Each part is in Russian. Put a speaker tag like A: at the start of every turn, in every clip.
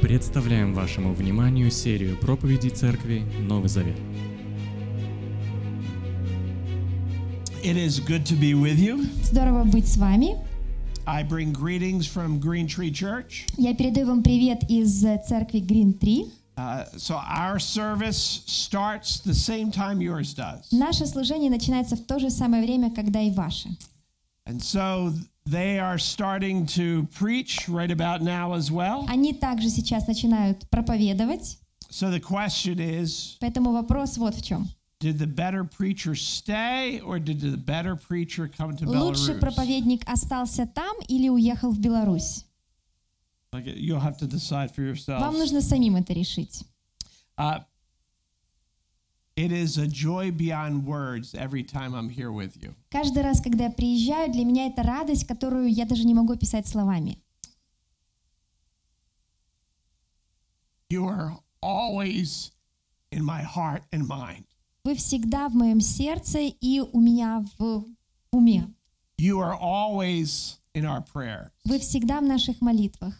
A: Представляем вашему вниманию серию проповедей Церкви Новый Завет.
B: It is good to be with you.
C: Здорово быть с вами.
B: I bring greetings from Green Tree Church.
C: Я передаю вам привет из э, церкви Green Tree.
B: Uh, so our service starts the same time yours does.
C: Наше служение начинается в то же самое время, когда и ваше.
B: And so they are starting to preach right about now as well.
C: Они также сейчас начинают проповедовать,
B: So the question is
C: поэтому вопрос вот в чем.
B: did the better preacher stay or did the better preacher come to
C: Лучший
B: Belarus?
C: проповедник остался там или уехал в Беларусь?
B: Like, you'll have to decide for
C: Вам
B: yourselves.
C: нужно самим это решить.
B: Uh, it is a joy beyond words every time I'm here with you.
C: Каждый раз, когда я приезжаю, для меня это радость, которую я даже не могу описать словами.
B: You are always in my heart and mind.
C: Вы всегда в моем сердце и у меня в уме.
B: You are always in our prayer.
C: Вы всегда в наших молитвах.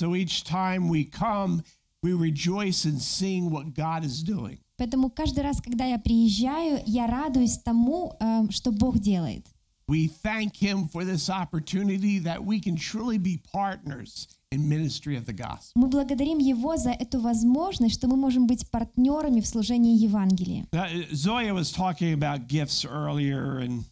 B: So each time we come, we rejoice in seeing what God is doing.
C: Поэтому каждый раз, когда я приезжаю, я радуюсь тому, эм, что Бог делает.
B: We thank Him for this opportunity that we can truly be partners in ministry of the gospel.
C: Мы благодарим Его за эту возможность, что мы можем быть партнерами в служении Евангелия.
B: Now, Uh, Zoya was talking about gifts earlier and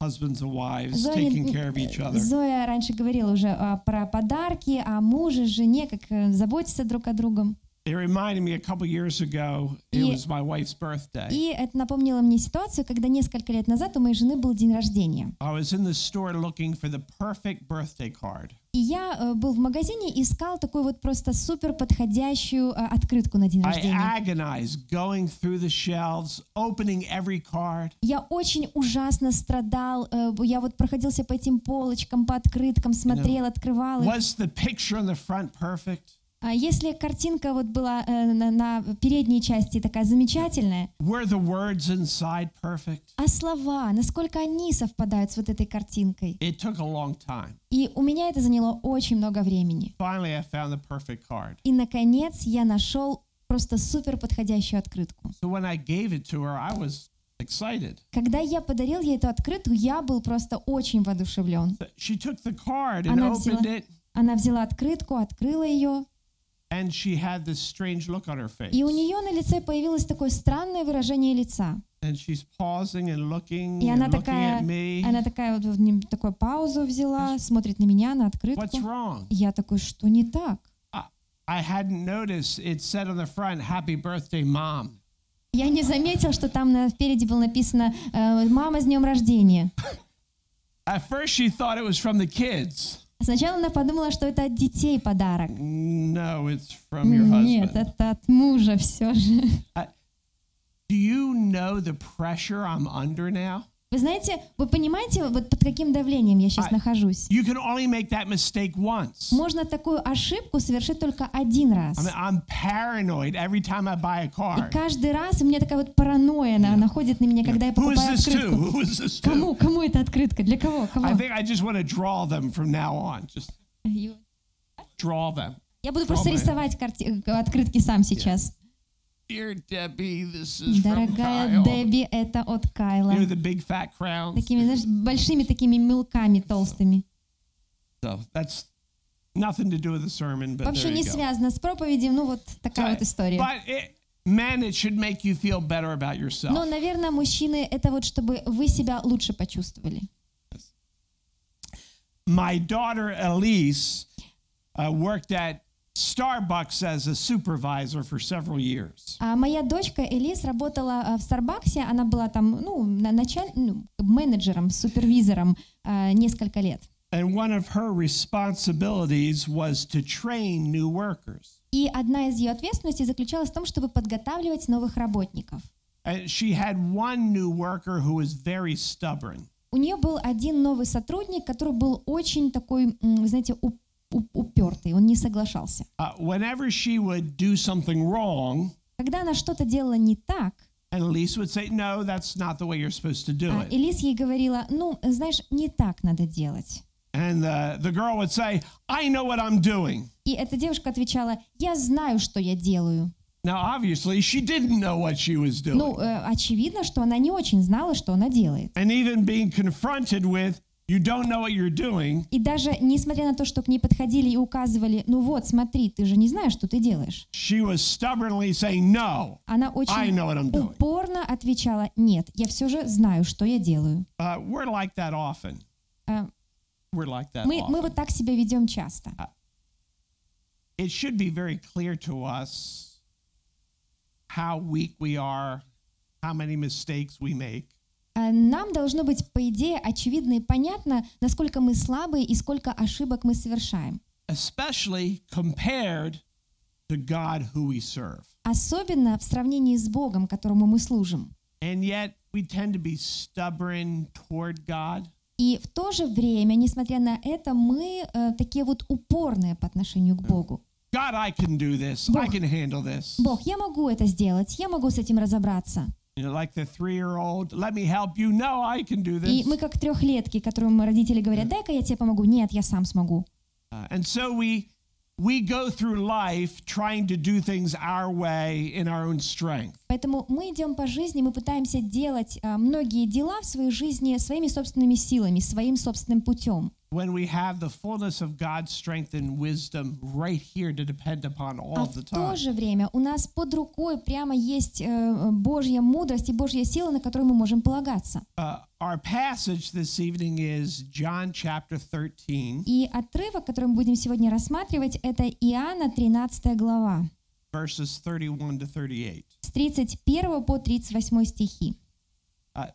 B: husbands and wives
C: Зоя, э,
B: taking care of each other.
C: Зоя раньше говорила уже а, про подарки, о муже, жене, как э, заботиться друг о другом.
B: It reminded me a couple years ago, it
C: Yeah.
B: was my wife's birthday.
C: И это напомнило мне ситуацию, когда несколько лет назад у моей жены был день рождения.
B: I was in the store looking for the perfect birthday card.
C: И я э, был в магазине и искал такую вот просто супер подходящую э, открытку на день
B: I
C: рождения.
B: agonized going through the shelves, opening every card.
C: Я очень ужасно страдал. э, Я вот проходился по этим полочкам, по открыткам, смотрел, открывал. их.
B: Was the picture on the front perfect?
C: А если картинка вот была э, на, на передней части такая замечательная,
B: Were the words inside perfect?
C: а слова, насколько они совпадают с вот этой картинкой?
B: It took a long time.
C: И у меня это заняло очень много времени.
B: Finally, I found the perfect card.
C: И, наконец, я нашел просто супер подходящую открытку.
B: So when I gave it to her, I was excited.
C: Когда я подарил ей эту открытку, я был просто очень воодушевлен.
B: But She took the card and
C: Она
B: opened
C: взяла,
B: it,
C: она взяла открытку, открыла ее,
B: and she had this strange look on her face.
C: И у нее на лице появилось такое странное выражение лица.
B: And she's pausing and looking
C: И она
B: and looking at
C: такая,
B: me.
C: она такая вот в нем такую паузу взяла, смотрит на меня, на
B: What's
C: открытку.
B: wrong?
C: Я такой, что не так?
B: I, I hadn't noticed. It said on the front, "Happy birthday, mom."
C: Я не заметил, что там на, впереди было написано э, «Мама, с днем рождения».
B: At first, she thought it was from the kids.
C: Сначала она подумала, что это от детей подарок.
B: No, it's from your
C: Нет,
B: husband.
C: это от мужа все же.
B: Do you know the pressure I'm under now?
C: Вы знаете, вы понимаете, вот под каким давлением я сейчас
B: А-
C: нахожусь?
B: You can only make that mistake once.
C: Можно такую ошибку совершить только один раз.
B: I mean, I'm paranoid every time I buy a
C: И
B: car.
C: каждый раз у меня такая вот паранойя, она находит на меня, когда я
B: Who is this
C: покупаю
B: to?
C: открытку.
B: Who is this to?
C: Кому, кому эта открытка? Для кого? Кого?
B: I think I just want to draw them from now on. Just
C: Ю-
B: draw them.
C: Я буду просто
B: Пробуем.
C: рисовать карти- э, открытки сам сейчас.
B: Dear Debbie, this is from
C: Дорогая
B: Kyle.
C: Дебби, это от Кайла.
B: You know the big fat crowns.
C: Такими, знаешь, большими такими мелками толстыми.
B: So that's nothing to do with the sermon, but
C: Вообще
B: there
C: не
B: you go.
C: связано с проповедью, ну вот такая вот
B: So,
C: история.
B: but it, men, it should make you feel better about yourself.
C: Но, наверное, мужчины, это вот чтобы вы себя лучше почувствовали.
B: my daughter Elise uh, worked at Starbucks as a supervisor for several years.
C: А моя дочка Элис работала а, в Старбаксе, она была там, ну, на- началь- ну, менеджером, супервизором а, несколько лет.
B: And one of her responsibilities was to train new workers.
C: И одна из ее ответственностей заключалась в том, чтобы подготавливать новых работников.
B: And she had one new worker who was very stubborn.
C: У нее был один новый сотрудник, который был очень такой, м, вы знаете, уп- уп- упертый, он не соглашался.
B: Uh, whenever she would do something wrong,
C: Когда она что-то делала не так,
B: and Elise would say, No, that's not the way you're supposed to do
C: а,
B: it.
C: Элис ей говорила, ну, знаешь, не так надо делать.
B: And uh, the girl would say, I know what I'm doing.
C: И эта девушка отвечала, я знаю, что я делаю.
B: Now, obviously, she didn't know what she was doing.
C: Ну, э, очевидно, что она не очень знала, что она делает.
B: And even being confronted with, you don't know what you're doing,
C: И даже несмотря на то, что к ней подходили и указывали, ну вот, смотри, ты же не знаешь, что ты делаешь.
B: she was stubbornly saying, No.
C: Она
B: I know what I'm
C: очень
B: doing.
C: упорно отвечала, нет, я все же знаю, что я делаю.
B: Uh, we're like that often.
C: Э,
B: We're like that
C: Мы,
B: often.
C: мы вот так себя ведем часто.
B: it should be very clear to us how weak we are, how many mistakes we make.
C: Э, Нам должно быть, по идее, очевидно и понятно, насколько мы слабые и сколько ошибок мы совершаем.
B: especially compared to God who we serve.
C: Особенно в сравнении с Богом, которому мы служим.
B: And yet we tend to be stubborn toward God.
C: И в то же время, несмотря на это, мы э, такие вот упорные по отношению к Богу.
B: God, I can do this. I can handle this.
C: Бог, я могу это сделать, я могу с этим разобраться.
B: You know, like the three year old, let me help you. No, I can do
C: И
B: this.
C: мы как трехлетки, которым родители говорят, дай-ка я тебе помогу. Нет, я сам смогу.
B: Uh, and so we we go through life trying to do things our way in our own strength.
C: Поэтому мы идем по жизни, мы пытаемся делать э, многие дела в своей жизни своими собственными силами, своим собственным путем.
B: When we have the fullness of God's strength and wisdom right here to depend upon all
C: А
B: the
C: в
B: time.
C: то же время у нас под рукой прямо есть э, э, Божья мудрость и Божья сила, на которую мы можем полагаться.
B: Uh, our passage this evening is John chapter 13,
C: И отрывок, который мы будем сегодня рассматривать, это Иоанна 13 глава,
B: verses 31 to 38.
C: с 31 по 38 стихи.
B: Uh,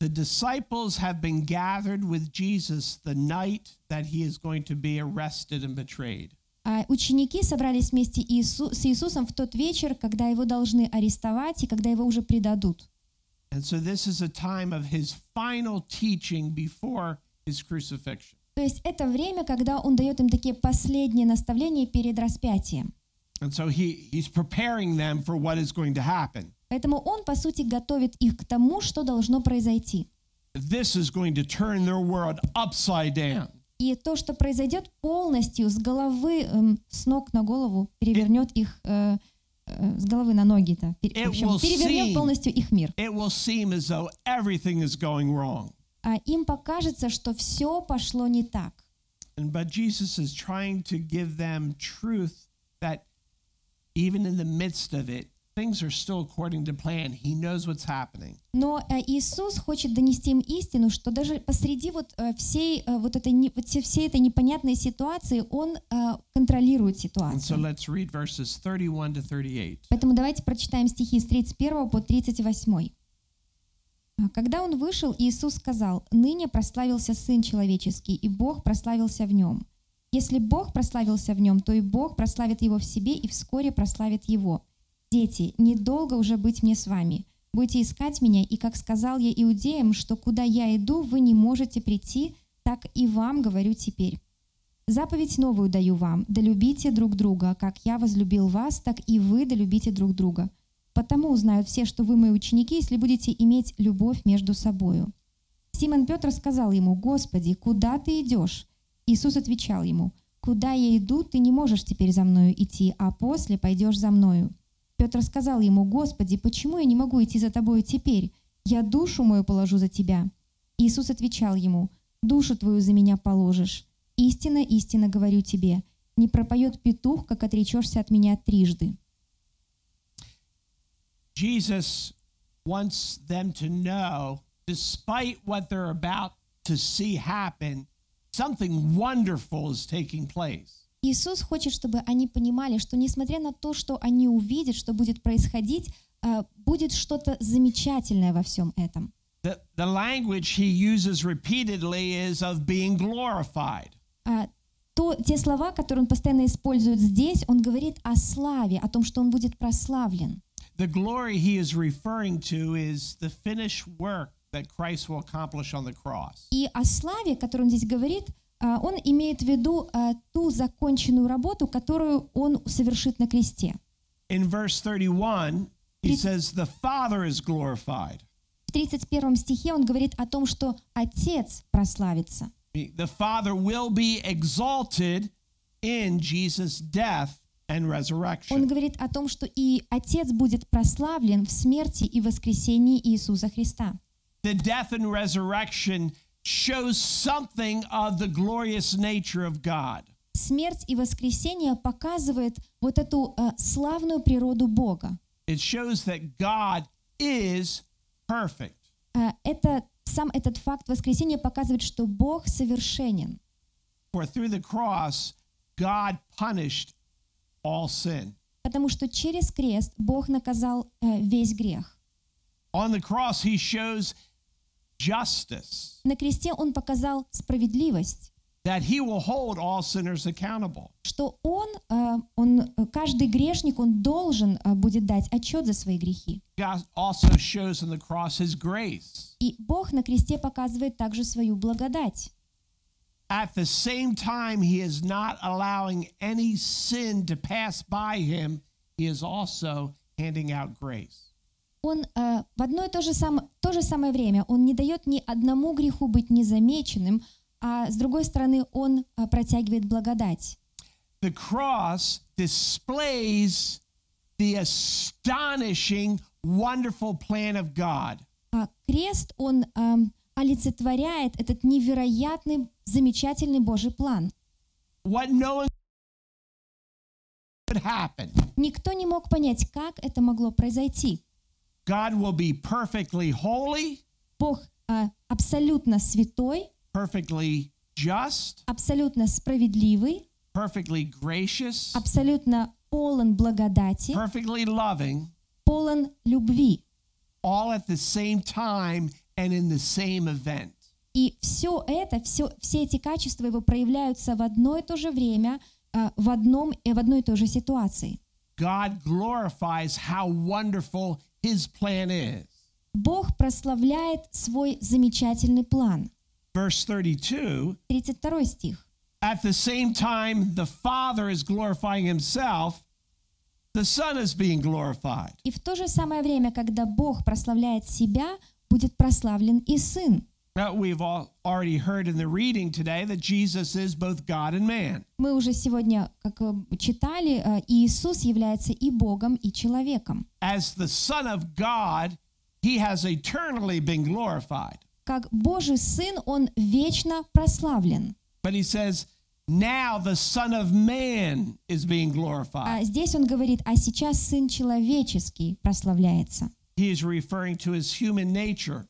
B: the disciples have been gathered with Jesus the night that he is going to be arrested and betrayed.
C: А Ученики собрались вместе Иису- с Иисусом в тот вечер, когда его должны арестовать и когда его уже предадут.
B: And so this is a time of his final teaching before his crucifixion.
C: То есть это время, когда он дает им такие последние наставления перед распятием.
B: And so he, he's preparing them for what is going to happen.
C: Поэтому он, по сути, готовит их к тому, что должно произойти.
B: This is going to turn their world upside down.
C: И то, что произойдет полностью с головы, эм, с ног на голову, перевернет их э, э, с головы на ноги, да, пер-
B: It
C: в общем,
B: will
C: перевернет
B: seem-
C: полностью их мир.
B: It will seem as though everything is going wrong.
C: А им покажется, что все пошло не так.
B: And but Jesus is trying to give them truth that even in the midst of it, things are still according to plan. He knows what's happening.
C: Но э, Иисус хочет донести им истину, что даже посреди вот э, всей э, вот этой не- вот все- всей этой непонятной ситуации он э, контролирует
B: And so
C: ситуацию.
B: let's read verses 31 to 38.
C: Поэтому давайте прочитаем стихи с 31 по 38. А, Когда он вышел, Иисус сказал, «Ныне прославился Сын Человеческий, и Бог прославился в нем. Если Бог прославился в нем, то и Бог прославит его в себе, и вскоре прославит его. Дети, недолго уже быть мне с вами. Будете искать меня, и как сказал я иудеям, что куда я иду, вы не можете прийти, так и вам говорю теперь». Заповедь новую даю вам, да любите друг друга, как я возлюбил вас, так и вы да любите друг друга. Потому узнают все, что вы мои ученики, если будете иметь любовь между собою». Симон Петр сказал ему, «Господи, куда ты идешь?» Иисус отвечал ему, «Куда я иду, ты не можешь теперь за мною идти, а после пойдешь за мною». Петр сказал ему, «Господи, почему я не могу идти за тобою теперь? Я душу мою положу за тебя». Иисус отвечал ему, «Душу твою за меня положишь. Истинно, истинно говорю тебе, не пропоет петух, как отречешься от меня трижды».
B: Jesus wants them to know, despite what they're about to see happen, something wonderful is taking place.
C: Иисус хочет, чтобы они понимали, что несмотря на то, что они увидят, что будет происходить, э, будет что-то замечательное во всем этом.
B: The, the language he uses repeatedly is of being glorified.
C: А, То, те слова, которые он постоянно использует здесь, он говорит о славе, о том, что он будет прославлен.
B: The glory he is referring to is the finished work that Christ will accomplish on the cross.
C: И о славе, которую он здесь говорит, а, он имеет в виду а, ту законченную работу, которую он совершит на кресте.
B: In verse 31, he
C: Three-
B: says, The Father is glorified.
C: В 31 стихе он говорит о том, что Отец прославится.
B: The Father will be exalted in Jesus' death and
C: Он
B: resurrection.
C: говорит о том, что и Отец будет прославлен в смерти и воскресении Иисуса Христа.
B: The death and resurrection shows something of the glorious nature of God.
C: Смерть и воскресение показывает вот эту э, славную природу Бога.
B: It shows that God is perfect.
C: Э, это, сам этот факт воскресения показывает, что Бог совершенен.
B: For through the cross, God punished all sin.
C: Потому что через крест Бог наказал э, весь грех.
B: On the cross, he shows justice,
C: На кресте Он показал справедливость,
B: that he will hold all sinners accountable.
C: что Он, э, он э, каждый грешник, он должен э, будет дать отчет за свои грехи.
B: God also shows on the cross his grace.
C: И Бог на кресте показывает также свою благодать.
B: At the same time, he is not allowing any sin to pass by him, he is also handing out grace.
C: Он э, в одно и то же, сам, то же самое время, он не дает ни одному греху быть незамеченным, а с другой стороны, он э, протягивает благодать.
B: The cross displays the astonishing, wonderful plan of God.
C: А крест, он эм, олицетворяет этот невероятный, замечательный Божий план.
B: What no one could happen.
C: Никто не мог понять, как это могло произойти.
B: God will be perfectly holy,
C: Бог э, абсолютно святой,
B: perfectly just,
C: абсолютно справедливый,
B: perfectly gracious,
C: абсолютно полон благодати,
B: perfectly loving,
C: полон любви.
B: all at the same time and in the same event.
C: И все это, все, все эти качества его проявляются в одно и то же время, а, в, одном, и в одной и той же ситуации.
B: God glorifies how wonderful his plan is.
C: Бог прославляет свой замечательный план.
B: Verse 32
C: 32 стих.
B: At the same time, the Father is glorifying himself, the Son is being glorified.
C: «И в то же самое время, когда Бог прославляет себя, будет прославлен и Сын».
B: Now, we've all already heard in the reading today that Jesus is both God and man.
C: Мы уже сегодня, как э, читали, э, Иисус является и Богом, и человеком.
B: As the Son of God, he has eternally been glorified.
C: Как Божий Сын, Он вечно прославлен.
B: But he says, now the Son of Man is being glorified.
C: А здесь Он говорит, а сейчас Сын Человеческий прославляется.
B: He is referring to his human nature.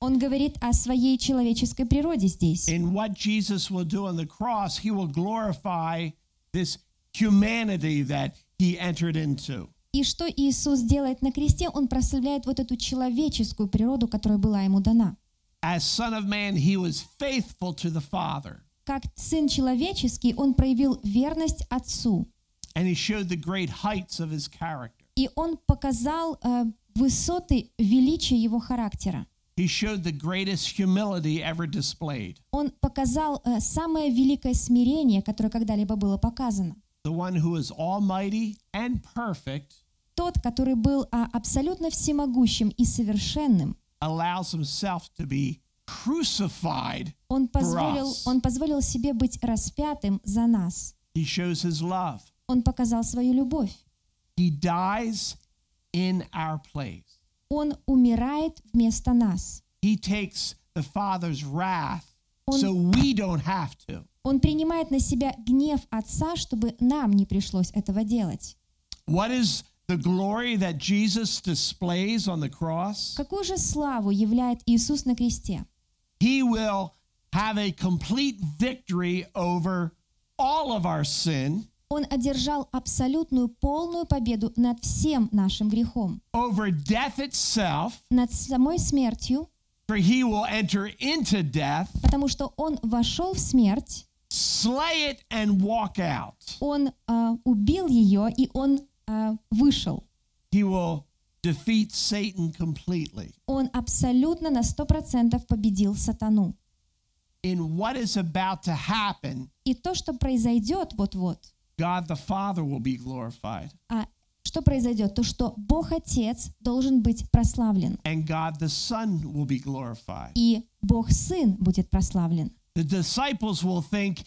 C: Он говорит о своей человеческой природе здесь.
B: In what Jesus will do on the cross, he will glorify this humanity that he entered into.
C: И что Иисус делает на кресте, он прославляет вот эту человеческую природу, которая была ему дана.
B: As Son of Man, he was faithful to the Father,
C: Как Сын Человеческий, он проявил верность Отцу,
B: and he showed the great heights of his character.
C: и он показал э, высоты величия его характера.
B: He showed the greatest humility ever displayed.
C: Он показал э, самое великое смирение, которое когда-либо было показано.
B: The one who is almighty and perfect
C: Тот, который был а, абсолютно всемогущим и совершенным,
B: allows himself to be crucified
C: он позволил,
B: us.
C: он позволил себе быть распятым за нас.
B: He shows his love.
C: Он показал свою любовь.
B: He dies in our place.
C: Он умирает вместо нас.
B: He takes the Father's wrath
C: Он-
B: so we don't have to.
C: Он принимает на себя гнев Отца, чтобы нам не пришлось этого делать.
B: What is the glory that Jesus displays on the cross?
C: Какую же славу являет Иисус на кресте?
B: He will have a complete victory over all of our sin,
C: Он одержал абсолютную полную победу над всем нашим грехом,
B: over death itself,
C: над самой смертью,
B: for he will enter into death,
C: потому что Он вошел в смерть,
B: slay it, and walk out.
C: Он а, убил ее, и Он а, вышел.
B: He will defeat Satan completely.
C: Он абсолютно на 100% победил сатану.
B: in what is about to happen,
C: И то, что произойдет вот-вот,
B: God the Father will be glorified
C: А что произойдет? То, что Бог Отец должен быть прославлен,
B: and God the Son will be glorified.
C: и Бог Сын будет прославлен.
B: The disciples will think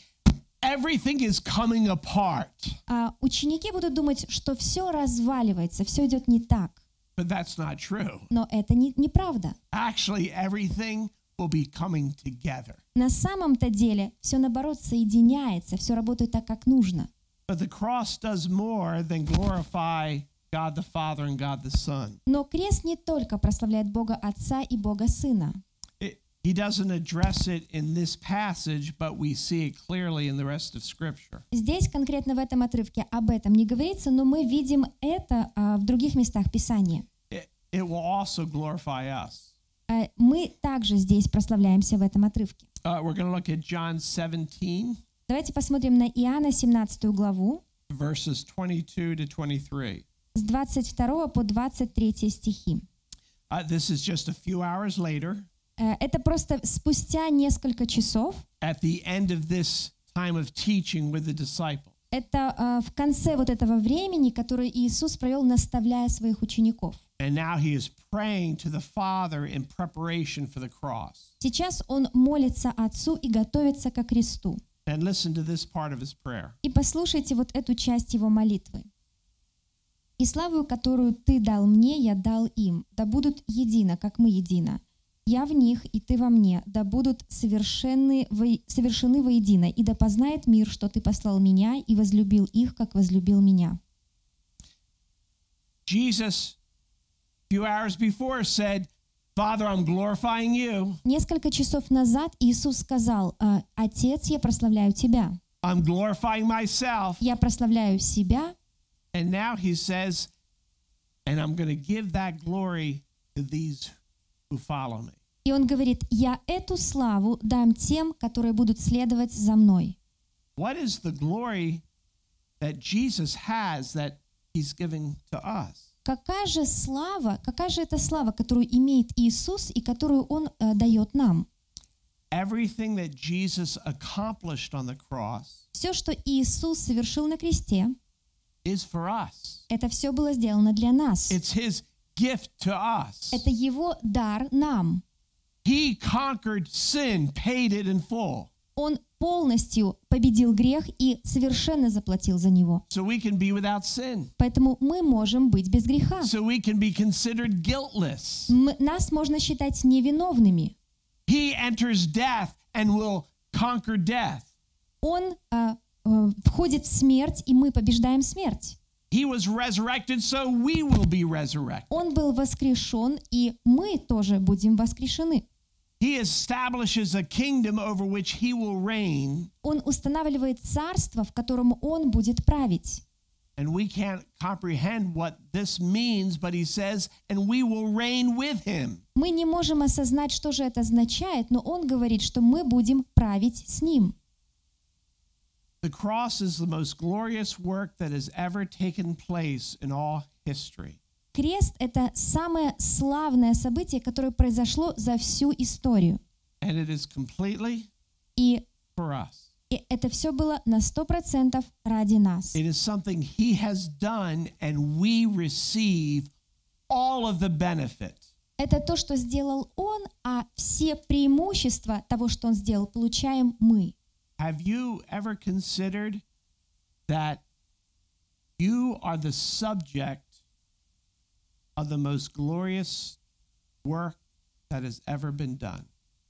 B: everything is coming apart.
C: А ученики будут думать, что все разваливается, все идет не так.
B: But that's not true.
C: Но это не, неправда.
B: Actually, everything will be coming together.
C: На самом-то деле все наоборот соединяется, все работает так, как нужно.
B: But the cross does more than glorify God the Father and God the Son.
C: Но крест не только прославляет Бога Отца и Бога Сына.
B: It, he doesn't address it in this passage, but we see it clearly in the rest of Scripture.
C: Здесь конкретно в этом отрывке об этом не говорится, но мы видим это а, в других местах Писания.
B: It, it will also glorify us.
C: А мы также здесь прославляемся в этом отрывке.
B: Uh, we're going to look at John 17,
C: Давайте посмотрим на Иоанна 17 главу
B: verses 22 to 23.
C: с 22 по 23 стихи.
B: Uh, this is just a few hours later.
C: Э, Это просто спустя несколько часов,
B: at the end of this time of teaching with the disciples.
C: это э, в конце вот этого времени, которое Иисус провел, наставляя своих учеников.
B: And now he is praying to the Father in preparation for the cross.
C: Сейчас он молится Отцу и готовится ко кресту.
B: And listen to this part of his prayer.
C: И послушайте вот эту часть его молитвы. «И славу, которую ты дал мне, я дал им, да будут едино, как мы едино. Я в них, и ты во мне, да будут совершенны, во- совершены воедино, и да познает мир, что ты послал меня и возлюбил их, как возлюбил меня».
B: Jesus, a few hours before, said, Father, I'm glorifying you.
C: Несколько часов назад Иисус сказал, «А, «Отец, я прославляю тебя,
B: I'm glorifying myself.
C: я прославляю себя,
B: And now he says, and I'm going to give that glory to these who follow me.
C: И он говорит, «Я эту славу дам тем, которые будут следовать за мной».
B: What is the glory that Jesus has that he's giving to us?
C: Какая же слава, какая же это слава, которую имеет Иисус и которую Он э, дает нам?
B: everything that Jesus accomplished on the cross
C: Все, что Иисус совершил на кресте,
B: is for us.
C: это все было сделано для нас.
B: It's his gift to us.
C: Это Его дар нам.
B: He conquered sin, paid it in full,
C: Он полностью победил грех и совершенно заплатил за него.
B: so we can be without sin,
C: Поэтому мы можем быть без греха.
B: so we can be considered guiltless.
C: М- нас можно считать невиновными.
B: He enters death and will conquer death.
C: Он э, э, входит в смерть, и мы побеждаем смерть.
B: He was resurrected, so we will be resurrected.
C: Он был воскрешен, и мы тоже будем воскрешены.
B: He establishes a kingdom over which he will reign,
C: Он устанавливает царство, в котором он будет править.
B: and we can't comprehend what this means, but he says, and we will reign with him.
C: Мы не можем осознать, что же это означает, но он говорит, что мы будем править с ним.
B: The cross is the most glorious work that has ever taken place in all history.
C: Крест — это самое славное событие, которое произошло за всю историю.
B: And it is completely
C: И,
B: for us.
C: и это все было на 100% ради нас.
B: It is something He has done, and we receive all of the benefit.
C: Это то, что сделал он, а все преимущества того, что он сделал, получаем мы.
B: Have you ever considered that you are the subject of the most glorious work that has ever been done?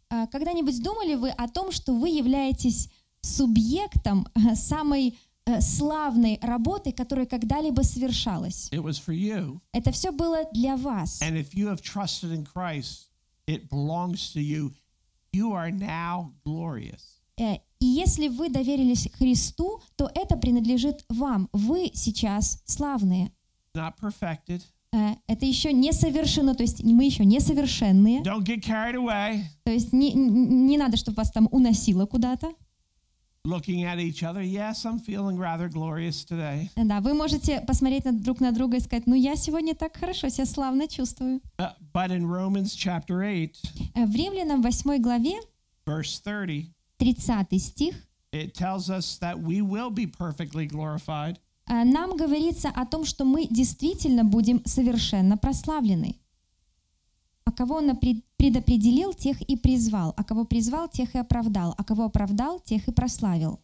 C: А Когда-нибудь думали вы о том, что вы являетесь субъектом э, самой э, славной работы, которая когда-либо совершалась?
B: It was for you.
C: Это все было для вас.
B: And if you have trusted in Christ, it belongs to you. You are now glorious.
C: Э, И если вы доверились Христу, то это принадлежит вам. Вы сейчас славные.
B: Not perfected.
C: Э, Это еще не совершено, то есть мы еще несовершенные.
B: Don't get carried away
C: То есть не, не не надо, чтобы вас там уносило куда-то.
B: looking at each other. Yes, I'm feeling rather glorious today.
C: Да, вы можете посмотреть на- друг на друга и сказать, ну я сегодня так хорошо, себя славно чувствую.
B: Uh, but in Romans chapter 8,
C: Э, В Римлянам 8 главе
B: verse 30,
C: 30 стих
B: it tells us that we will be perfectly glorified.
C: э, нам говорится о том, что мы действительно будем совершенно прославлены. А кого он напред- предопределил, тех и призвал, а кого призвал, тех и оправдал, а кого оправдал, тех и прославил.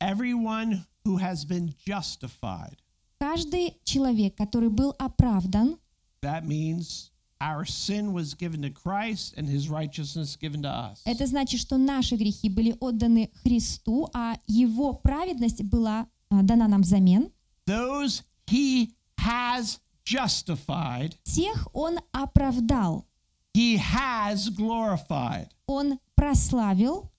B: everyone who has been justified.
C: Каждый человек, который был оправдан,
B: That means our sin was given to Christ and his righteousness given to us.
C: это значит, что наши грехи были отданы Христу, а Его праведность была а, дана нам взамен.
B: Those he has justified,
C: Тех Он оправдал,
B: he has glorified.
C: Он прославил,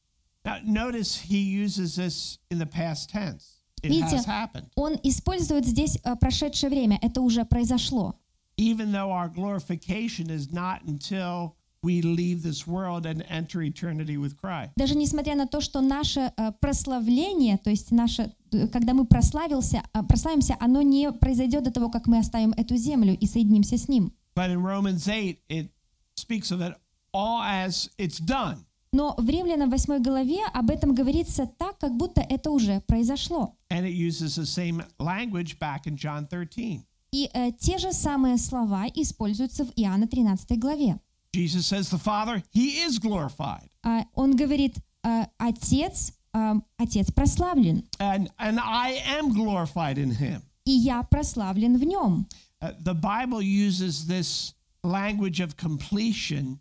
B: Now, notice he uses this in the past tense. It
C: Видите?
B: has happened.
C: Он использует здесь а, прошедшее время, это уже произошло.
B: Even though our glorification is not until we leave this world and enter eternity with Christ.
C: Даже несмотря на то, что наше а, прославление, то есть наше, э, когда мы прославился, а, прославимся, оно не произойдет до того, как мы оставим эту землю и соединимся с Ним.
B: But in Romans 8, it speaks of it all as it's done.
C: Но в Римлянам 8 главе об этом говорится так, как будто это уже произошло.
B: And it uses the same language back in John 13.
C: И э, те же самые слова используются в Иоанна 13 главе.
B: Jesus says, The Father, He is glorified,
C: А, он говорит, э, Отец, э, Отец прославлен,
B: and, and I am glorified in Him.
C: и я прославлен в нем.
B: Uh, the Bible uses this language of completion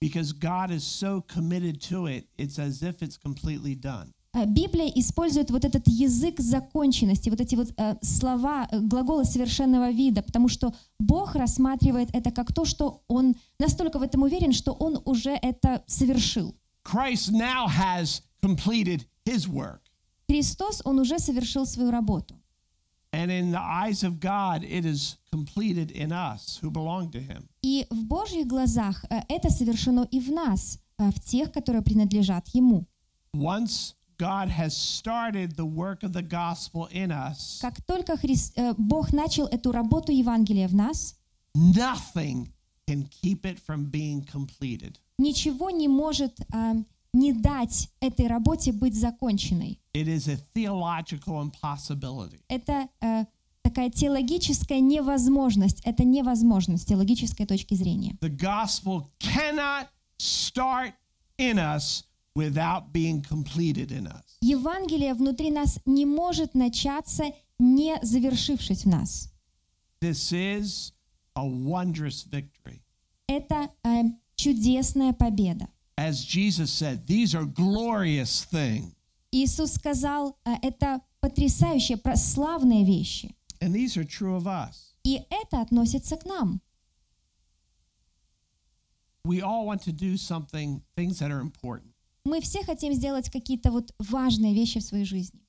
B: because God is so committed to it, it's as if it's completely done.
C: Э, Библия использует вот этот язык законченности, вот эти вот э, слова, э, глаголы совершенного вида, потому что Бог рассматривает это как то, что Он настолько в этом уверен, что Он уже это совершил.
B: Christ now has completed His work.
C: Христос, Он уже совершил свою работу.
B: And in the eyes of God, it is completed in us who belong to Him.
C: И в Божьих глазах э, это совершено и в нас, э, в тех, которые принадлежат Ему.
B: Once God has started the work of the gospel in us,
C: Как только Хрис- э, Бог начал эту работу Евангелия в нас,
B: nothing can keep it from being completed.
C: ничего не может а, не дать этой работе быть законченной.
B: It is a theological impossibility.
C: Это э, такая теологическая невозможность, это невозможность с теологической точки зрения.
B: The gospel cannot start in us without being completed in us.
C: Евангелие внутри нас не может начаться, не завершившись в нас.
B: This is a wondrous victory.
C: Это э, чудесная победа.
B: As Jesus said, these are glorious things,
C: Иисус сказал, э, это потрясающие, про- славные вещи.
B: and these are true of us.
C: И это относится к нам.
B: We all want to do something, things that are important.
C: Мы все хотим сделать какие-то вот важные вещи в своей жизни.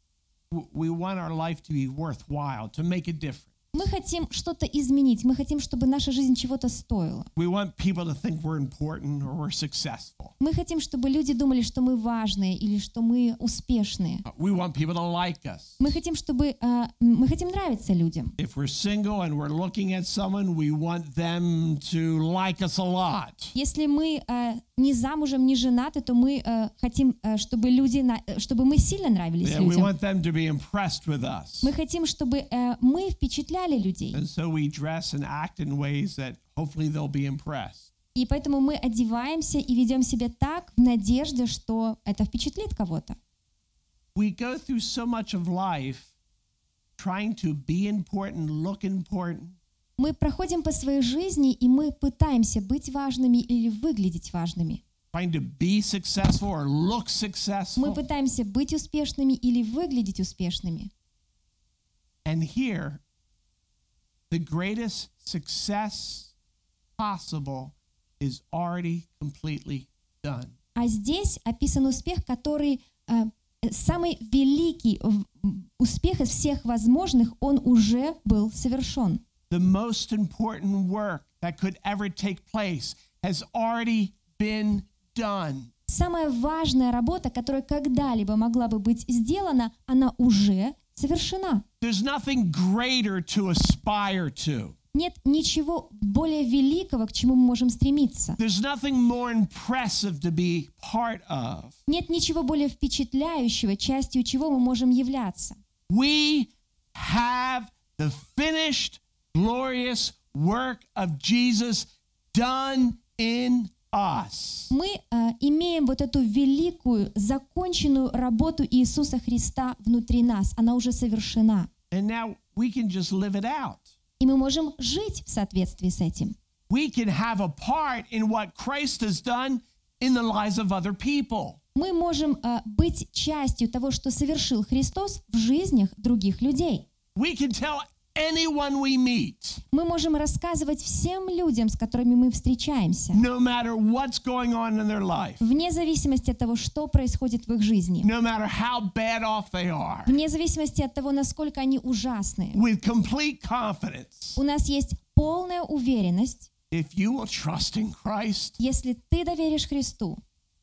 B: W- We want our life to be worthwhile, to make a difference.
C: Мы хотим что-то изменить, мы хотим, чтобы наша жизнь чего-то стоила.
B: We want people to think we're important or we're successful.
C: Мы хотим, чтобы люди думали, что мы важные или что мы успешные.
B: Uh, We want people to like us.
C: Мы хотим, чтобы э, мы хотим нравиться людям.
B: If we're single and we're looking at someone, we want them to like us a lot.
C: Если мы э, не замужем, не женаты, то мы э, хотим, э, чтобы люди, на- э, чтобы мы сильно нравились
B: Yeah, we
C: людям.
B: want them to be impressed with us.
C: Мы хотим, чтобы э, мы впечатляли людей.
B: And so we dress and act in ways that hopefully they'll be impressed.
C: И поэтому мы одеваемся и ведем себя так в надежде, что это впечатлит кого-то.
B: We go through so much of life trying to be important, look important,
C: Мы проходим по своей жизни, и мы пытаемся быть важными или выглядеть важными.
B: trying to be successful or look
C: Мы
B: successful.
C: пытаемся быть успешными или выглядеть успешными.
B: And here, the greatest success possible is already completely done.
C: А здесь описан успех, который э, э, самый великий в- м, успех из всех возможных, он уже был совершен.
B: The most important work that could ever take place has already been done.
C: Самая важная работа, которая когда-либо могла бы быть сделана, она уже совершена.
B: There's nothing greater to aspire to.
C: Нет ничего более великого, к чему мы можем стремиться.
B: There's nothing more impressive to be part of.
C: Нет ничего более впечатляющего, частью чего мы можем являться.
B: We have the finished, glorious work of Jesus done in us.
C: Мы э, имеем вот эту великую, законченную работу Иисуса Христа внутри нас. Она уже совершена.
B: And now we can just live it out.
C: И мы можем жить в соответствии с этим.
B: We can have a part in what Christ has done in the lives of other people.
C: Мы можем э, быть частью того, что совершил Христос в жизнях других людей.
B: We can tell anyone we meet,
C: Мы можем рассказывать всем людям, с которыми мы встречаемся,
B: no matter what's going on in their life,
C: вне зависимости от того, что происходит в их жизни,
B: no matter how bad off they are,
C: вне зависимости от того, насколько они ужасны.
B: with complete confidence.
C: У нас есть полная уверенность,
B: If you will trust in Christ,
C: если ты доверишь Христу,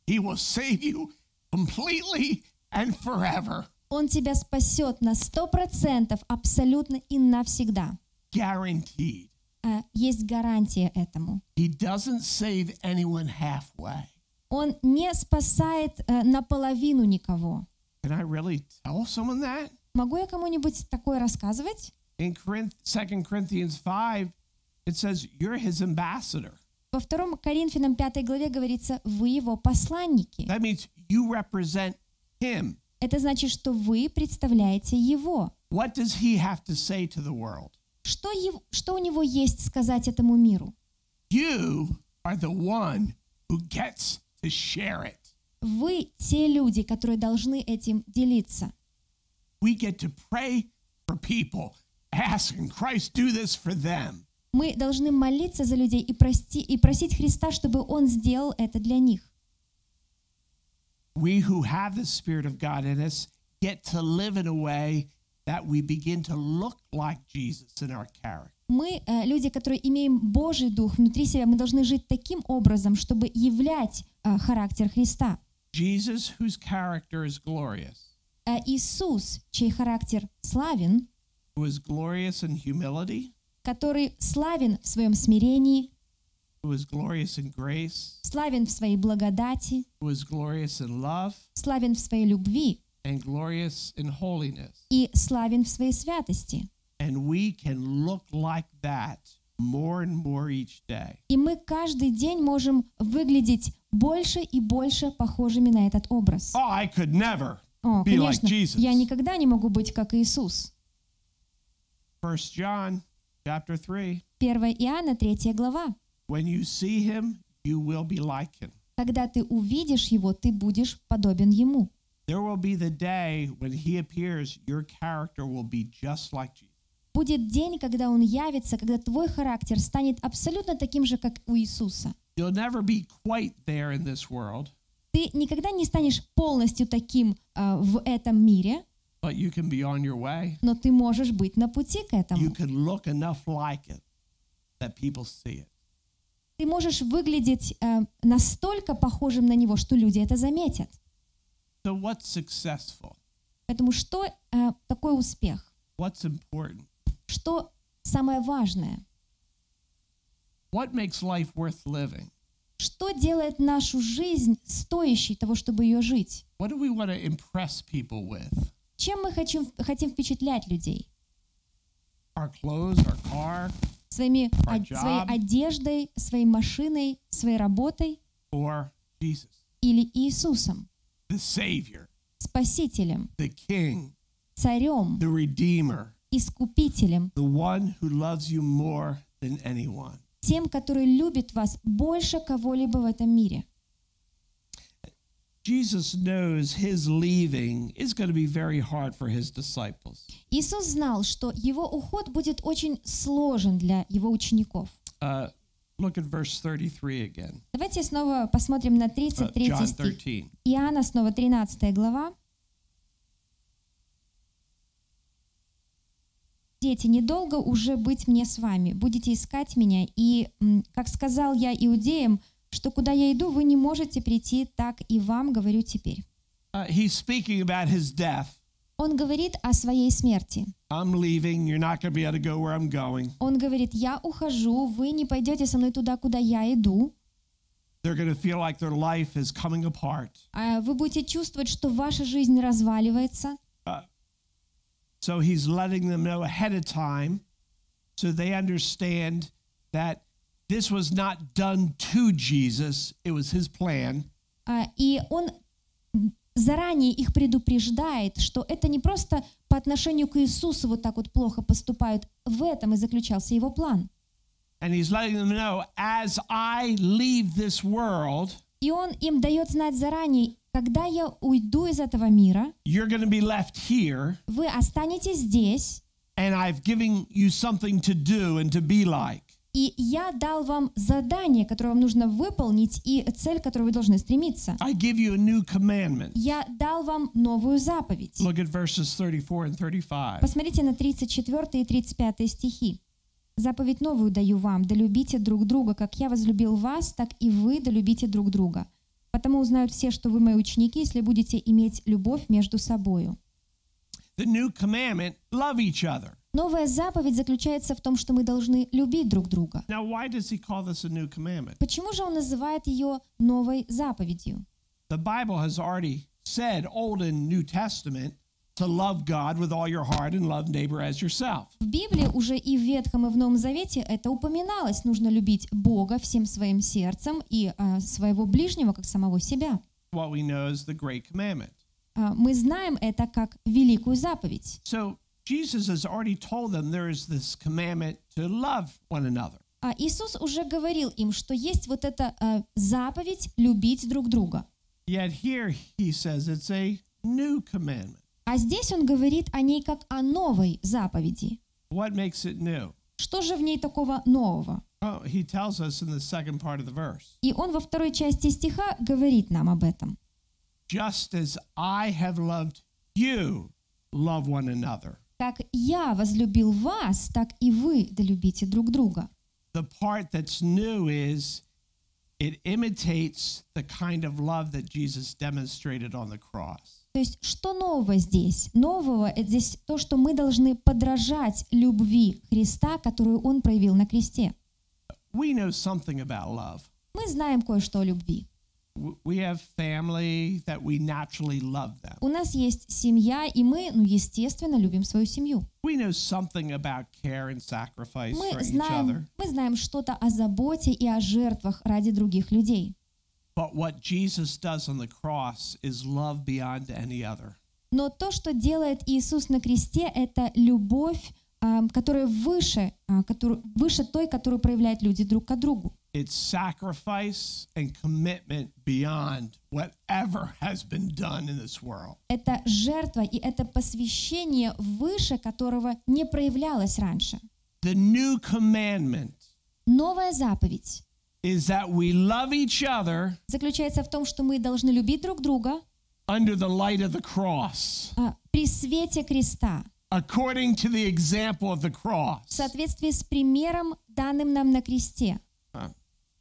B: He will save you completely and forever.
C: Он тебя спасет на 100% абсолютно и навсегда.
B: Guaranteed.
C: А Есть гарантия этому.
B: He doesn't save anyone halfway.
C: Он не спасает э, наполовину никого.
B: Can I really tell someone that?
C: Могу я кому-нибудь такое рассказывать?
B: In Corinth, 2 Corinthians 5, it says, You're his ambassador.
C: Во 2 Коринфянам 5 главе говорится, вы его посланники.
B: That means you represent him.
C: Это значит, что вы представляете его.
B: What does he have to say to the world?
C: Что, ев- что у него есть сказать этому миру?
B: You are the one who gets to share it.
C: Вы те люди, которые должны этим делиться.
B: We get to pray for people, asking Christ, do this for them.
C: Мы должны молиться за людей и, прости, и просить Христа, чтобы Он сделал это для них.
B: We who have the Spirit of God in us get to live in a way that we begin to look like Jesus in our character.
C: Мы, э, люди, которые имеем Божий Дух внутри себя, мы должны жить таким образом, чтобы являть э, характер Христа.
B: Jesus, whose character is glorious,
C: Э, Иисус, чей характер славен,
B: who is glorious in humility,
C: который славен в своем смирении,
B: who is glorious in grace,
C: славен в своей благодати,
B: who is glorious in love,
C: славен в своей любви
B: and glorious in holiness.
C: и славен в своей святости.
B: And we can look like that more and more each day.
C: И мы каждый день можем выглядеть больше и больше похожими на этот образ.
B: Oh, I could never
C: О,
B: be like
C: конечно,
B: Jesus.
C: я никогда не могу быть как Иисус.
B: First John chapter 3.
C: 1 Иоанна 3 глава.
B: When you see him, you will be like him.
C: Когда ты увидишь его, ты будешь подобен ему.
B: There will be the day when he appears, your character will be just like Jesus.
C: Будет день, когда он явится, когда твой характер станет абсолютно таким же, как у Иисуса.
B: You'll never be quite there in this world,
C: Ты никогда не станешь полностью таким а, в этом мире,
B: but you can be on your way.
C: но ты можешь быть на пути к
B: You
C: этому.
B: can look enough like it that people see it.
C: Ты можешь выглядеть э, настолько похожим на него, что люди это заметят.
B: So, what's successful?
C: Поэтому что э, такое успех?
B: What's important?
C: Что самое важное?
B: What makes life worth living?
C: Что делает нашу жизнь стоящей того, чтобы ее жить?
B: What do we want to impress people with?
C: Чем мы хотим, хотим впечатлять людей?
B: Our clothes, our car,
C: Своими,
B: Our
C: од- своей
B: job.
C: одеждой, своей машиной, своей работой
B: or Jesus,
C: или Иисусом,
B: the Savior,
C: Спасителем,
B: the King,
C: Царем,
B: the Redeemer,
C: Искупителем,
B: the one who loves you more than anyone.
C: тем, который любит вас больше кого-либо в этом мире.
B: Jesus knows his leaving is going to be very hard for his disciples.
C: Иисус знал, что его уход будет очень сложен для его учеников.
B: Uh, look at verse 33 again.
C: Давайте снова посмотрим на
B: Uh,
C: 33
B: John
C: стих.
B: 13.
C: Иоанна, снова 13 глава. Дети, недолго уже быть мне с вами. Будете искать меня. И, м, как сказал я иудеям, что куда я иду, вы не можете прийти, так и вам говорю теперь.
B: Uh, he's speaking about his death.
C: Он говорит о своей смерти.
B: I'm leaving. You're not going to be able to go where I'm going.
C: Он говорит, я ухожу, вы не пойдете со мной туда, куда я иду.
B: They're going to feel like their life is coming apart.
C: А Вы будете чувствовать, что ваша жизнь разваливается.
B: So he's letting them know ahead of time so they understand that This was not done to Jesus, it was his plan.
C: А, И он заранее их предупреждает, что это не просто по отношению к Иисусу вот так вот плохо поступают. В этом и заключался его план.
B: And he's letting them know as I leave this world,
C: И он им дает знать заранее, когда я уйду из этого мира,
B: you're going to be left here,
C: вы останетесь здесь,
B: and I've given you something to do and to be like.
C: и я дал вам задание, которое вам нужно выполнить, и цель, к которой вы должны стремиться.
B: I give you a new commandment.
C: Я дал вам новую заповедь.
B: Look at verses 34 and 35.
C: Посмотрите на 34 и 35 стихи. «Заповедь новую даю вам, да любите друг друга, как я возлюбил вас, так и вы да любите друг друга. Потому узнают все, что вы мои ученики, если будете иметь любовь между собою».
B: The new commandment love each other.
C: Новая заповедь заключается в том, что мы должны любить друг друга.
B: Now, why does he call this a new commandment?
C: Почему же он называет ее новой заповедью?
B: The Bible has already said, Old and New Testament, to love God with all your heart and love neighbor as yourself.
C: В Библии уже и в Ветхом, и в Новом Завете это упоминалось. Нужно любить Бога всем своим сердцем и а, своего ближнего, как самого себя.
B: What we know is the great commandment.
C: А, мы знаем это как великую заповедь.
B: So, Jesus has already told them there is this commandment to love one another.
C: А Иисус уже говорил им, что есть вот эта а, заповедь любить друг друга.
B: Yet here he says it's a new commandment.
C: А здесь он говорит о ней как о новой заповеди.
B: What makes it new?
C: Что же в ней такого нового?
B: Oh, he tells us in the second part of the verse
C: И он во второй части стиха говорит нам об этом.
B: just as I have loved you, love one another.
C: Как я возлюбил вас, так и вы долюбите друг друга.
B: The part that's new is it imitates the kind of love that Jesus demonstrated on the cross.
C: То есть что нового здесь? Нового э, здесь то, что мы должны подражать любви Христа, которую Он проявил на кресте.
B: We know something about love.
C: Мы знаем кое-что о любви.
B: W- We have family that we naturally love them.
C: У нас есть семья, и мы, ну, естественно, любим свою семью.
B: We know something about care and sacrifice for
C: Мы
B: each other.
C: знаем, мы знаем что-то о заботе и о жертвах ради других людей.
B: But what Jesus does on the cross is love beyond any other.
C: Но то, что делает Иисус на кресте, это любовь, ам, которая выше, а, которую- выше той, которую проявляют люди друг к другу.
B: It's sacrifice and commitment beyond whatever has been done in this world.
C: Это жертва и это посвящение выше, которого не проявлялось раньше.
B: The new commandment
C: Новая заповедь
B: is that we love each other
C: заключается в том, что мы должны любить друг друга
B: under the light of the cross,
C: а, при свете креста,
B: according to the example of the
C: в
B: cross.
C: соответствии с примером, данным нам на кресте.
B: Huh.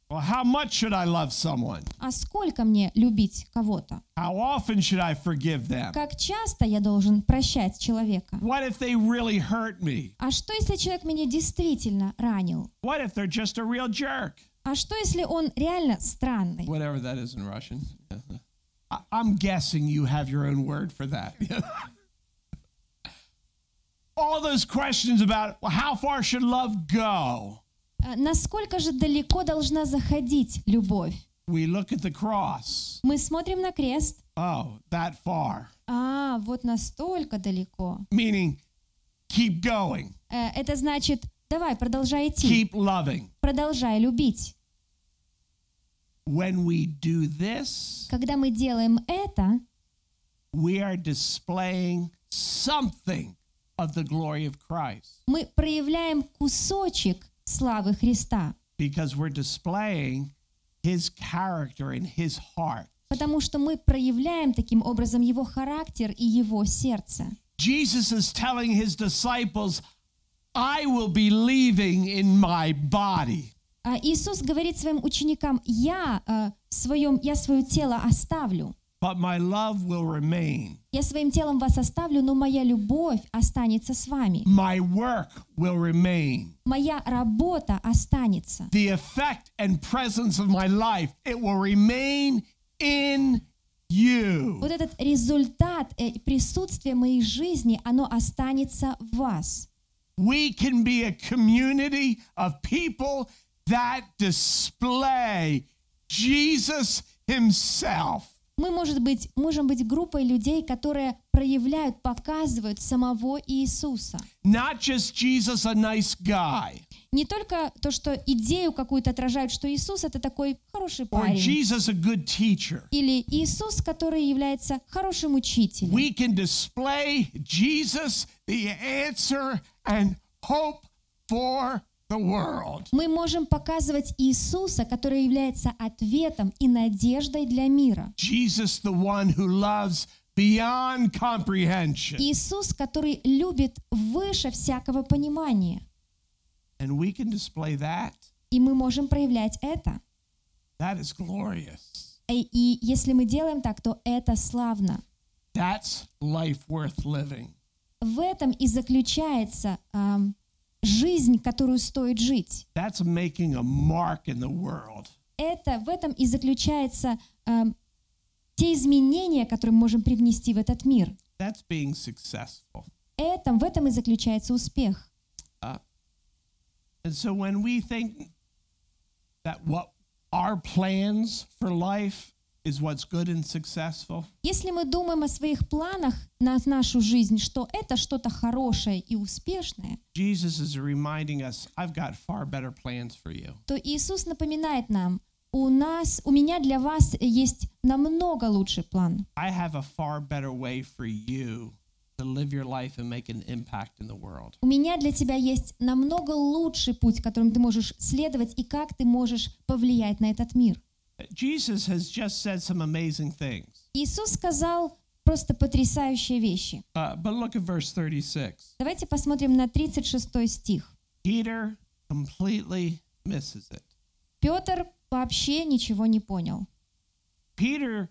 B: Well, how much should I love someone?
C: А сколько мне любить кого-то?
B: How often should I forgive them?
C: Как часто я должен прощать человека?
B: What if they really hurt me?
C: А что, если человек меня действительно ранил?
B: What if they're just a real jerk?
C: А что, если он реально странный?
B: Whatever that is in Russian. I- I'm guessing you have your own word for that. All those questions about well, how far should love go?
C: А Насколько же далеко должна заходить любовь?
B: We look at the cross.
C: Мы смотрим на крест.
B: Oh, that far.
C: А, вот настолько далеко.
B: Meaning, keep going,
C: Э, Это значит, давай, продолжай идти,
B: keep loving.
C: продолжай любить.
B: When we do this,
C: Когда мы делаем это,
B: we are displaying something of the glory of Christ
C: мы проявляем кусочек славы Христа,
B: because we're displaying his character and his heart.
C: потому что мы проявляем таким образом его характер и его сердце.
B: Jesus is telling his disciples, I will be leaving in my body.
C: А Иисус говорит своим ученикам, я, э, в своем, я свое тело оставлю,
B: But my love will remain.
C: я своим телом вас оставлю, но моя любовь останется с вами,
B: My work will remain.
C: моя работа останется.
B: The effect and presence of my life, it will remain in you.
C: Вот этот результат э, присутствия моей жизни, оно останется в вас.
B: We can be a community of people that display Jesus himself.
C: Мы, может быть, можем быть группой людей, которые проявляют, показывают самого Иисуса.
B: Not just Jesus, a nice guy,
C: Не только то, что идею какую-то отражают, что Иисус это такой хороший
B: or
C: парень,
B: Jesus, a good teacher.
C: или Иисус, который является хорошим учителем.
B: We can display Jesus, the answer and hope for the world.
C: Мы можем показывать Иисуса, который является ответом и надеждой для мира.
B: Jesus, the one who loves beyond comprehension.
C: Иисус, который любит выше всякого понимания.
B: And we can display that.
C: И мы можем проявлять это.
B: That is glorious.
C: И, и если мы делаем так, то это славно.
B: That's life worth living.
C: В этом и заключается ам, жизнь, которую стоит жить.
B: That's making a mark in the world.
C: Это в этом и заключается ам, те изменения, которые мы можем привнести в этот мир.
B: That's being successful.
C: Это, в этом и заключается успех.
B: And so when we think that what our plans for life is what's good and successful,
C: Если мы думаем о своих планах на нашу жизнь, что это что-то хорошее и успешное,
B: Jesus is reminding us, I've got far better plans for you.
C: то Иисус напоминает нам, у нас, у меня для вас есть намного лучший план.
B: I have a far better way for you to live your life and make an impact in the world.
C: У меня для тебя есть намного лучший путь, которым ты можешь следовать и как ты можешь повлиять на этот мир.
B: Jesus has just said some amazing things.
C: Иисус сказал просто потрясающие вещи.
B: Uh, but look at verse 36.
C: Давайте посмотрим на 36 стих.
B: Peter completely misses it.
C: Петр вообще ничего не понял.
B: Peter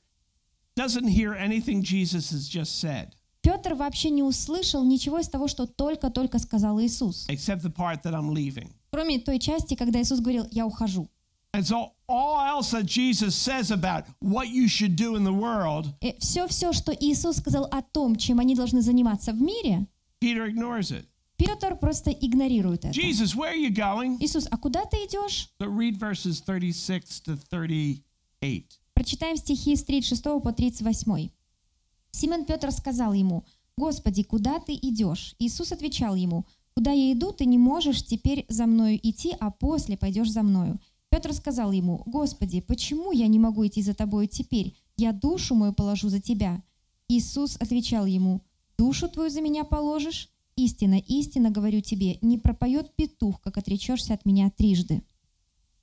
B: doesn't hear anything Jesus has just said,
C: Петр вообще не услышал ничего из того, что только-только сказал Иисус,
B: except the part that I'm leaving.
C: кроме той части, когда Иисус говорил «я ухожу».
B: And so all else that Jesus says about what you should do in the world,
C: Все-все, Э, что Иисус сказал о том, чем они должны заниматься в мире,
B: Peter ignores it.
C: Петр просто игнорирует это.
B: Jesus, where are you going?
C: Иисус, а куда ты идешь?
B: So read verses 36 to 38.
C: Прочитаем стихи с 36 по 38. Симон Петр сказал ему, «Господи, куда ты идешь?» Иисус отвечал ему, «Куда я иду, ты не можешь теперь за мною идти, а после пойдешь за мною». Петр сказал ему, «Господи, почему я не могу идти за тобою теперь? Я душу мою положу за тебя». Иисус отвечал ему, «Душу твою за меня положишь? Истина, истина, говорю тебе, не пропоет петух, как отречешься от меня трижды».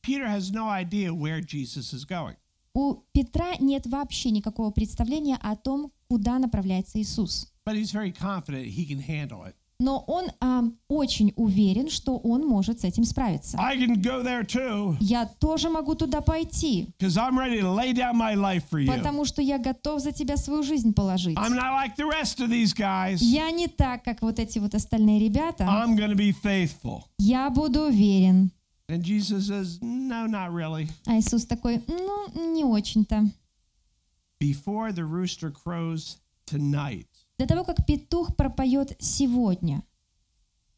B: Peter has no idea where Jesus is going.
C: У Петра нет вообще никакого представления о том, куда направляется Иисус.
B: But he's very confident he can handle it.
C: Но он а, очень уверен, что он может с этим справиться.
B: I can go there too,
C: Я тоже могу туда пойти,
B: because I'm ready to lay down my life for you.
C: потому что я готов за тебя свою жизнь положить.
B: I'm not like the rest of these guys.
C: Я не так, как вот эти вот остальные ребята.
B: I'm going to be faithful.
C: Я буду уверен.
B: And Jesus says, No, not really.
C: А Иисус такой, ну, не очень-то.
B: Before the rooster crows tonight,
C: До того, как петух пропоет сегодня,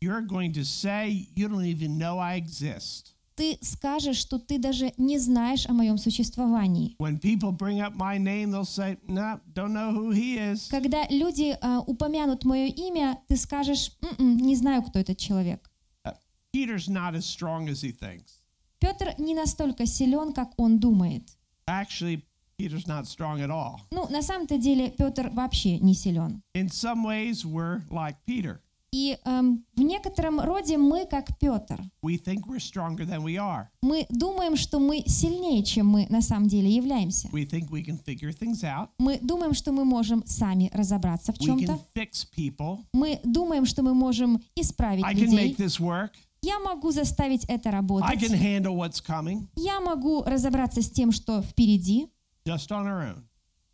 B: you're going to say, You don't even know I exist.
C: ты скажешь, что ты даже не знаешь о моем существовании.
B: When people bring up my name, they'll say, No, don't know who he is.
C: Когда люди а, упомянут мое имя, ты скажешь, «М-м, не знаю, кто этот человек.
B: Uh, Peter's not as strong as he thinks.
C: Петр не настолько силен, как он думает.
B: Actually, Peter's not strong at all.
C: Ну, на самом-то деле Петр вообще не силен.
B: In some ways, we're like Peter.
C: И эм, в некотором роде мы как Петр.
B: We think we're stronger than we are.
C: Мы думаем, что мы сильнее, чем мы на самом деле являемся.
B: We think we can figure things out.
C: Мы думаем, что мы можем сами разобраться в
B: We can
C: чем-то.
B: fix people.
C: Мы думаем, что мы можем исправить
B: I can make
C: людей.
B: this work.
C: Я могу заставить это
B: I can
C: работать.
B: handle what's coming
C: Я могу разобраться с тем, что впереди,
B: just on our own. Uh,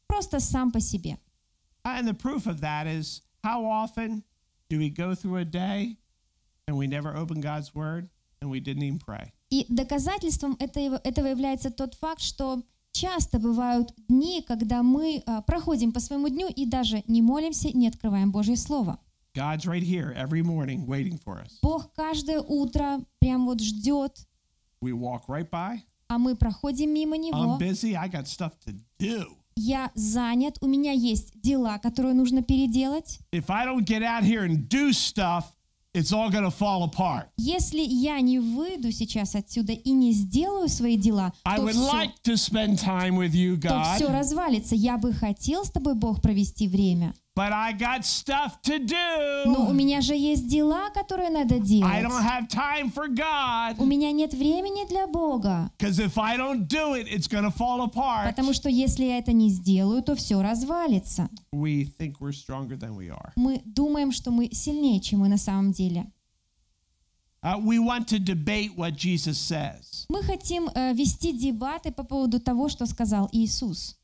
C: просто сам по себе.
B: And the proof of that is how often do we go through a day and we never open God's word and we didn't even pray?
C: И доказательством этого, этого является тот факт, что часто бывают дни, когда мы а, проходим по своему дню и даже не молимся, не открываем Божье Слово.
B: God's right here every morning waiting for us.
C: Бог каждое утро прям вот ждет,
B: We walk right by.
C: а мы проходим мимо
B: I'm
C: него.
B: busy. I got stuff to do.
C: Я занят, у меня есть дела, которые нужно переделать.
B: If I don't get out here and do stuff, it's all going to fall apart.
C: Если я не выйду сейчас отсюда и не сделаю свои дела,
B: I
C: то
B: would
C: все,
B: like to spend time with you, God,
C: развалится. Я бы хотел с тобой, Бог, провести время,
B: but I got stuff to
C: но у
B: do.
C: меня же есть дела, которые надо
B: I don't
C: делать.
B: have time for
C: У
B: God
C: меня нет времени для Бога,
B: because if I don't do it, it's going to fall apart.
C: потому что если я это не сделаю, то все развалится.
B: We think we're stronger than we are.
C: Мы думаем, что мы сильнее, чем мы на самом деле.
B: Uh, we want to debate what Jesus says.
C: Мы хотим э, вести дебаты по поводу того, что сказал Иисус.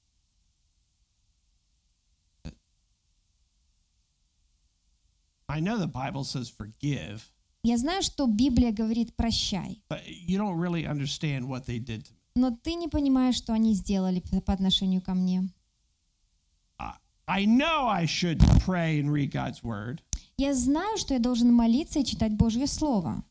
B: I know the Bible says forgive,
C: Я знаю, что Библия говорит «прощай»,
B: but you don't really understand what they did to me.
C: но ты не понимаешь, что они сделали по по отношению ко мне.
B: I know I should pray and read God's word,
C: Я знаю, что я должен молиться и читать Божье Слово.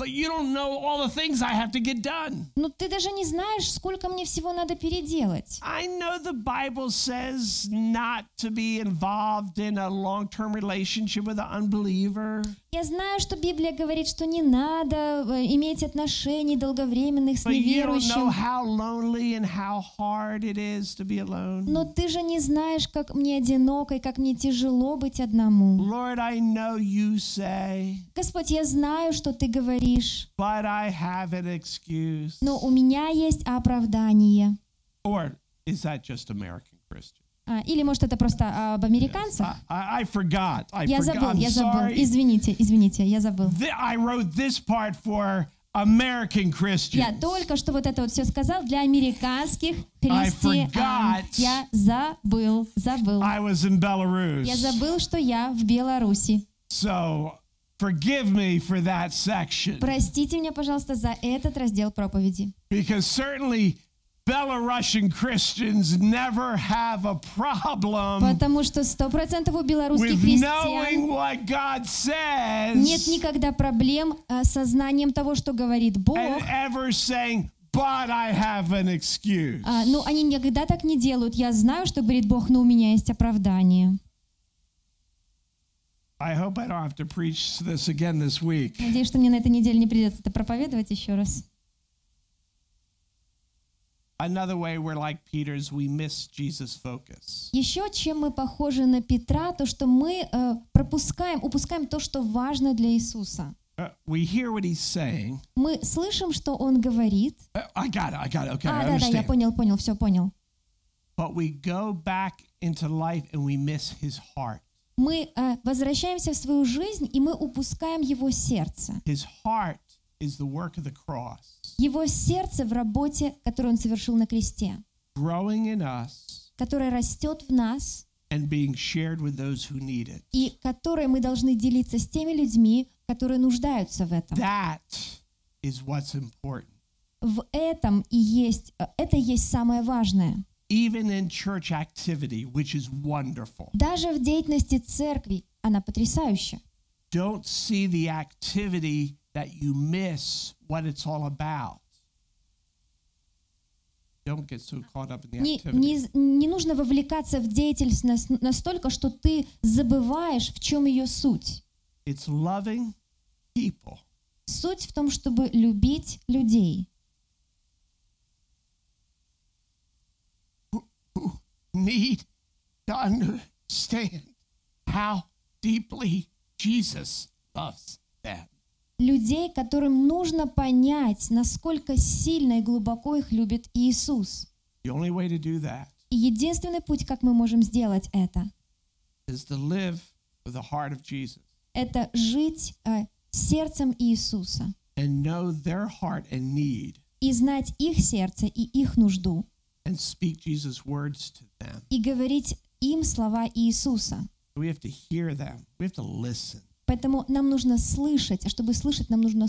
B: but you don't know all the things I have to get done.
C: Но ты даже не знаешь, сколько мне всего надо переделать.
B: I know the Bible says not to be involved in a long term relationship with an unbeliever,
C: Я знаю, что Библия говорит, что не надо э, иметь отношений долговременных с
B: but you don't know
C: неверующим.
B: how lonely and how hard it is to be alone.
C: Но ты же не знаешь, как мне одиноко и как мне тяжело быть одному.
B: Lord, I know you say,
C: Господь, я знаю, что ты говоришь,
B: but I have an excuse.
C: но у меня есть оправдание.
B: Or is that just American Christian?
C: А, или, может, это просто а, об американцах?
B: I, I, I forgot. I
C: Я
B: forgot.
C: забыл,
B: I'm
C: я забыл.
B: sorry.
C: Извините, извините, я забыл.
B: Th- I wrote this part for American Christians.
C: Я только что вот это вот все сказал для американских христиан.
B: forgot.
C: Я забыл, забыл.
B: I was in Belarus.
C: Я забыл, что я в Беларуси.
B: So forgive me for that section.
C: Простите меня, пожалуйста, за этот раздел проповеди.
B: Because certainly Belarusian Christians never have a problem
C: Потому что сто процентов у белорусских
B: with knowing
C: христиан
B: what God says
C: нет никогда проблем э, со знанием того, что говорит Бог.
B: and ever saying, but I have an excuse.
C: А, ну, они никогда так не делают. Я знаю, что говорит Бог, но у меня есть оправдание.
B: I hope I don't have to preach this again this week.
C: Надеюсь, что мне на этой неделе не придется это проповедовать еще раз.
B: Another way we're like Peter's, we miss Jesus' focus.
C: Еще чем мы похожи на Петра, то что мы э, пропускаем, упускаем то, что важно для Иисуса.
B: Uh, we hear what he's saying.
C: Мы слышим, что Он говорит.
B: Uh, I got it. I got it. Okay, I
C: А, да, да, я
B: understand.
C: понял, понял, все понял.
B: But we go back into life and we miss his heart.
C: Мы э, возвращаемся в свою жизнь, и мы упускаем Его сердце.
B: His heart is the work of the cross,
C: Его сердце в работе, которую Он совершил на кресте,
B: growing in us
C: которая растет в нас
B: and being shared with those who need it.
C: и которой мы должны делиться с теми людьми, которые нуждаются в этом.
B: That is what's important.
C: В этом и есть, э, это и есть самое важное.
B: Even in church activity, which is wonderful,
C: Даже в деятельности церкви она потрясающая.
B: don't see the activity that you miss what it's all about. Don't get so caught up in the
C: Не,
B: activity.
C: не, не нужно вовлекаться в деятельность нас- настолько, что ты забываешь, в чем ее суть.
B: It's loving people.
C: Суть в том, чтобы любить людей.
B: need to understand how deeply Jesus loves them.
C: Людей, которым нужно понять, насколько сильно и глубоко их любит Иисус.
B: The only way to do that
C: И единственный путь, как мы можем сделать это,
B: is to live with the heart of Jesus
C: это жить э, сердцем Иисуса
B: and know their heart and need
C: и знать их сердце и их нужду,
B: and speak Jesus' words to them.
C: и говорить им слова Иисуса.
B: We have to hear them. We have to listen.
C: Поэтому нам нужно слышать, а чтобы слышать, нам нужно
B: We have to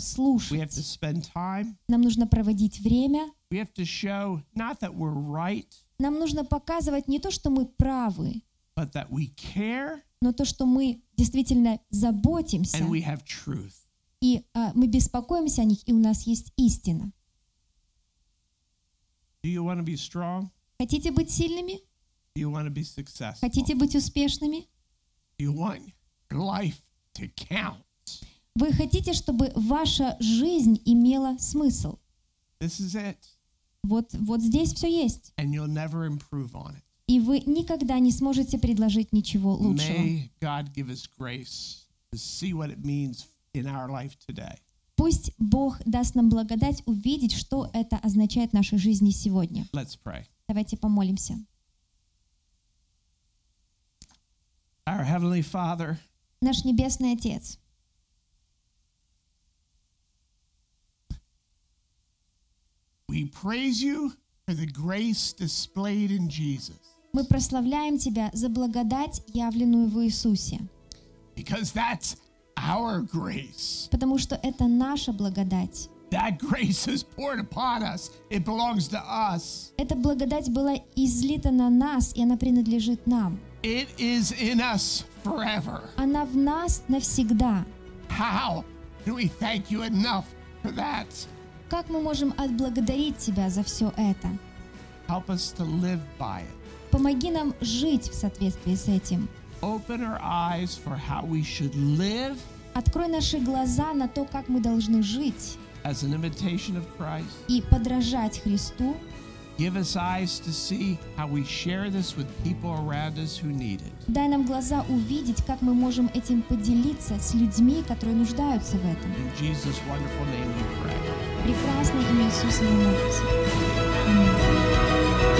C: слушать.
B: spend time.
C: Нам нужно проводить время.
B: We have to show not that we're right,
C: Нам нужно показывать не то, что мы правы,
B: but that we care
C: но то, что мы действительно заботимся,
B: and we have truth.
C: и а, мы беспокоимся о них, и у нас есть истина.
B: Do you want to be strong?
C: Хотите быть сильными?
B: Do you want to be successful?
C: Хотите быть успешными?
B: Do you want your life to count?
C: Вы хотите, чтобы ваша жизнь имела смысл?
B: This is it.
C: Вот, вот здесь все есть.
B: And you'll never improve on it.
C: И вы никогда не сможете предложить ничего лучшего.
B: May God give us grace to see what it means in our life today.
C: Пусть Бог даст нам благодать увидеть, что это означает в нашей жизни сегодня.
B: Let's pray.
C: Давайте помолимся.
B: Our Heavenly Father,
C: Наш Небесный Отец,
B: we praise you for the grace displayed in Jesus
C: мы прославляем Тебя за благодать, явленную в Иисусе,
B: because that's our grace.
C: потому что это наша благодать.
B: That grace is poured upon us, it belongs to us.
C: Эта благодать была излита на нас, и она принадлежит нам.
B: It is in us forever.
C: Она в нас навсегда.
B: How do we thank you enough for that?
C: Как мы можем отблагодарить Тебя за все это?
B: Help us to live by it.
C: Помоги нам жить в соответствии с этим.
B: Open our eyes for how we should live
C: Открой наши глаза на то, как мы должны жить
B: as an imitation of Christ.
C: и подражать Христу.
B: Give us eyes to see how we share this with people around us who need it.
C: Дай нам глаза увидеть, как мы можем этим поделиться с людьми, которые нуждаются в этом.
B: In Jesus' wonderful name we pray.
C: Прекрасное имя Иисуса мы молимся. Аминь.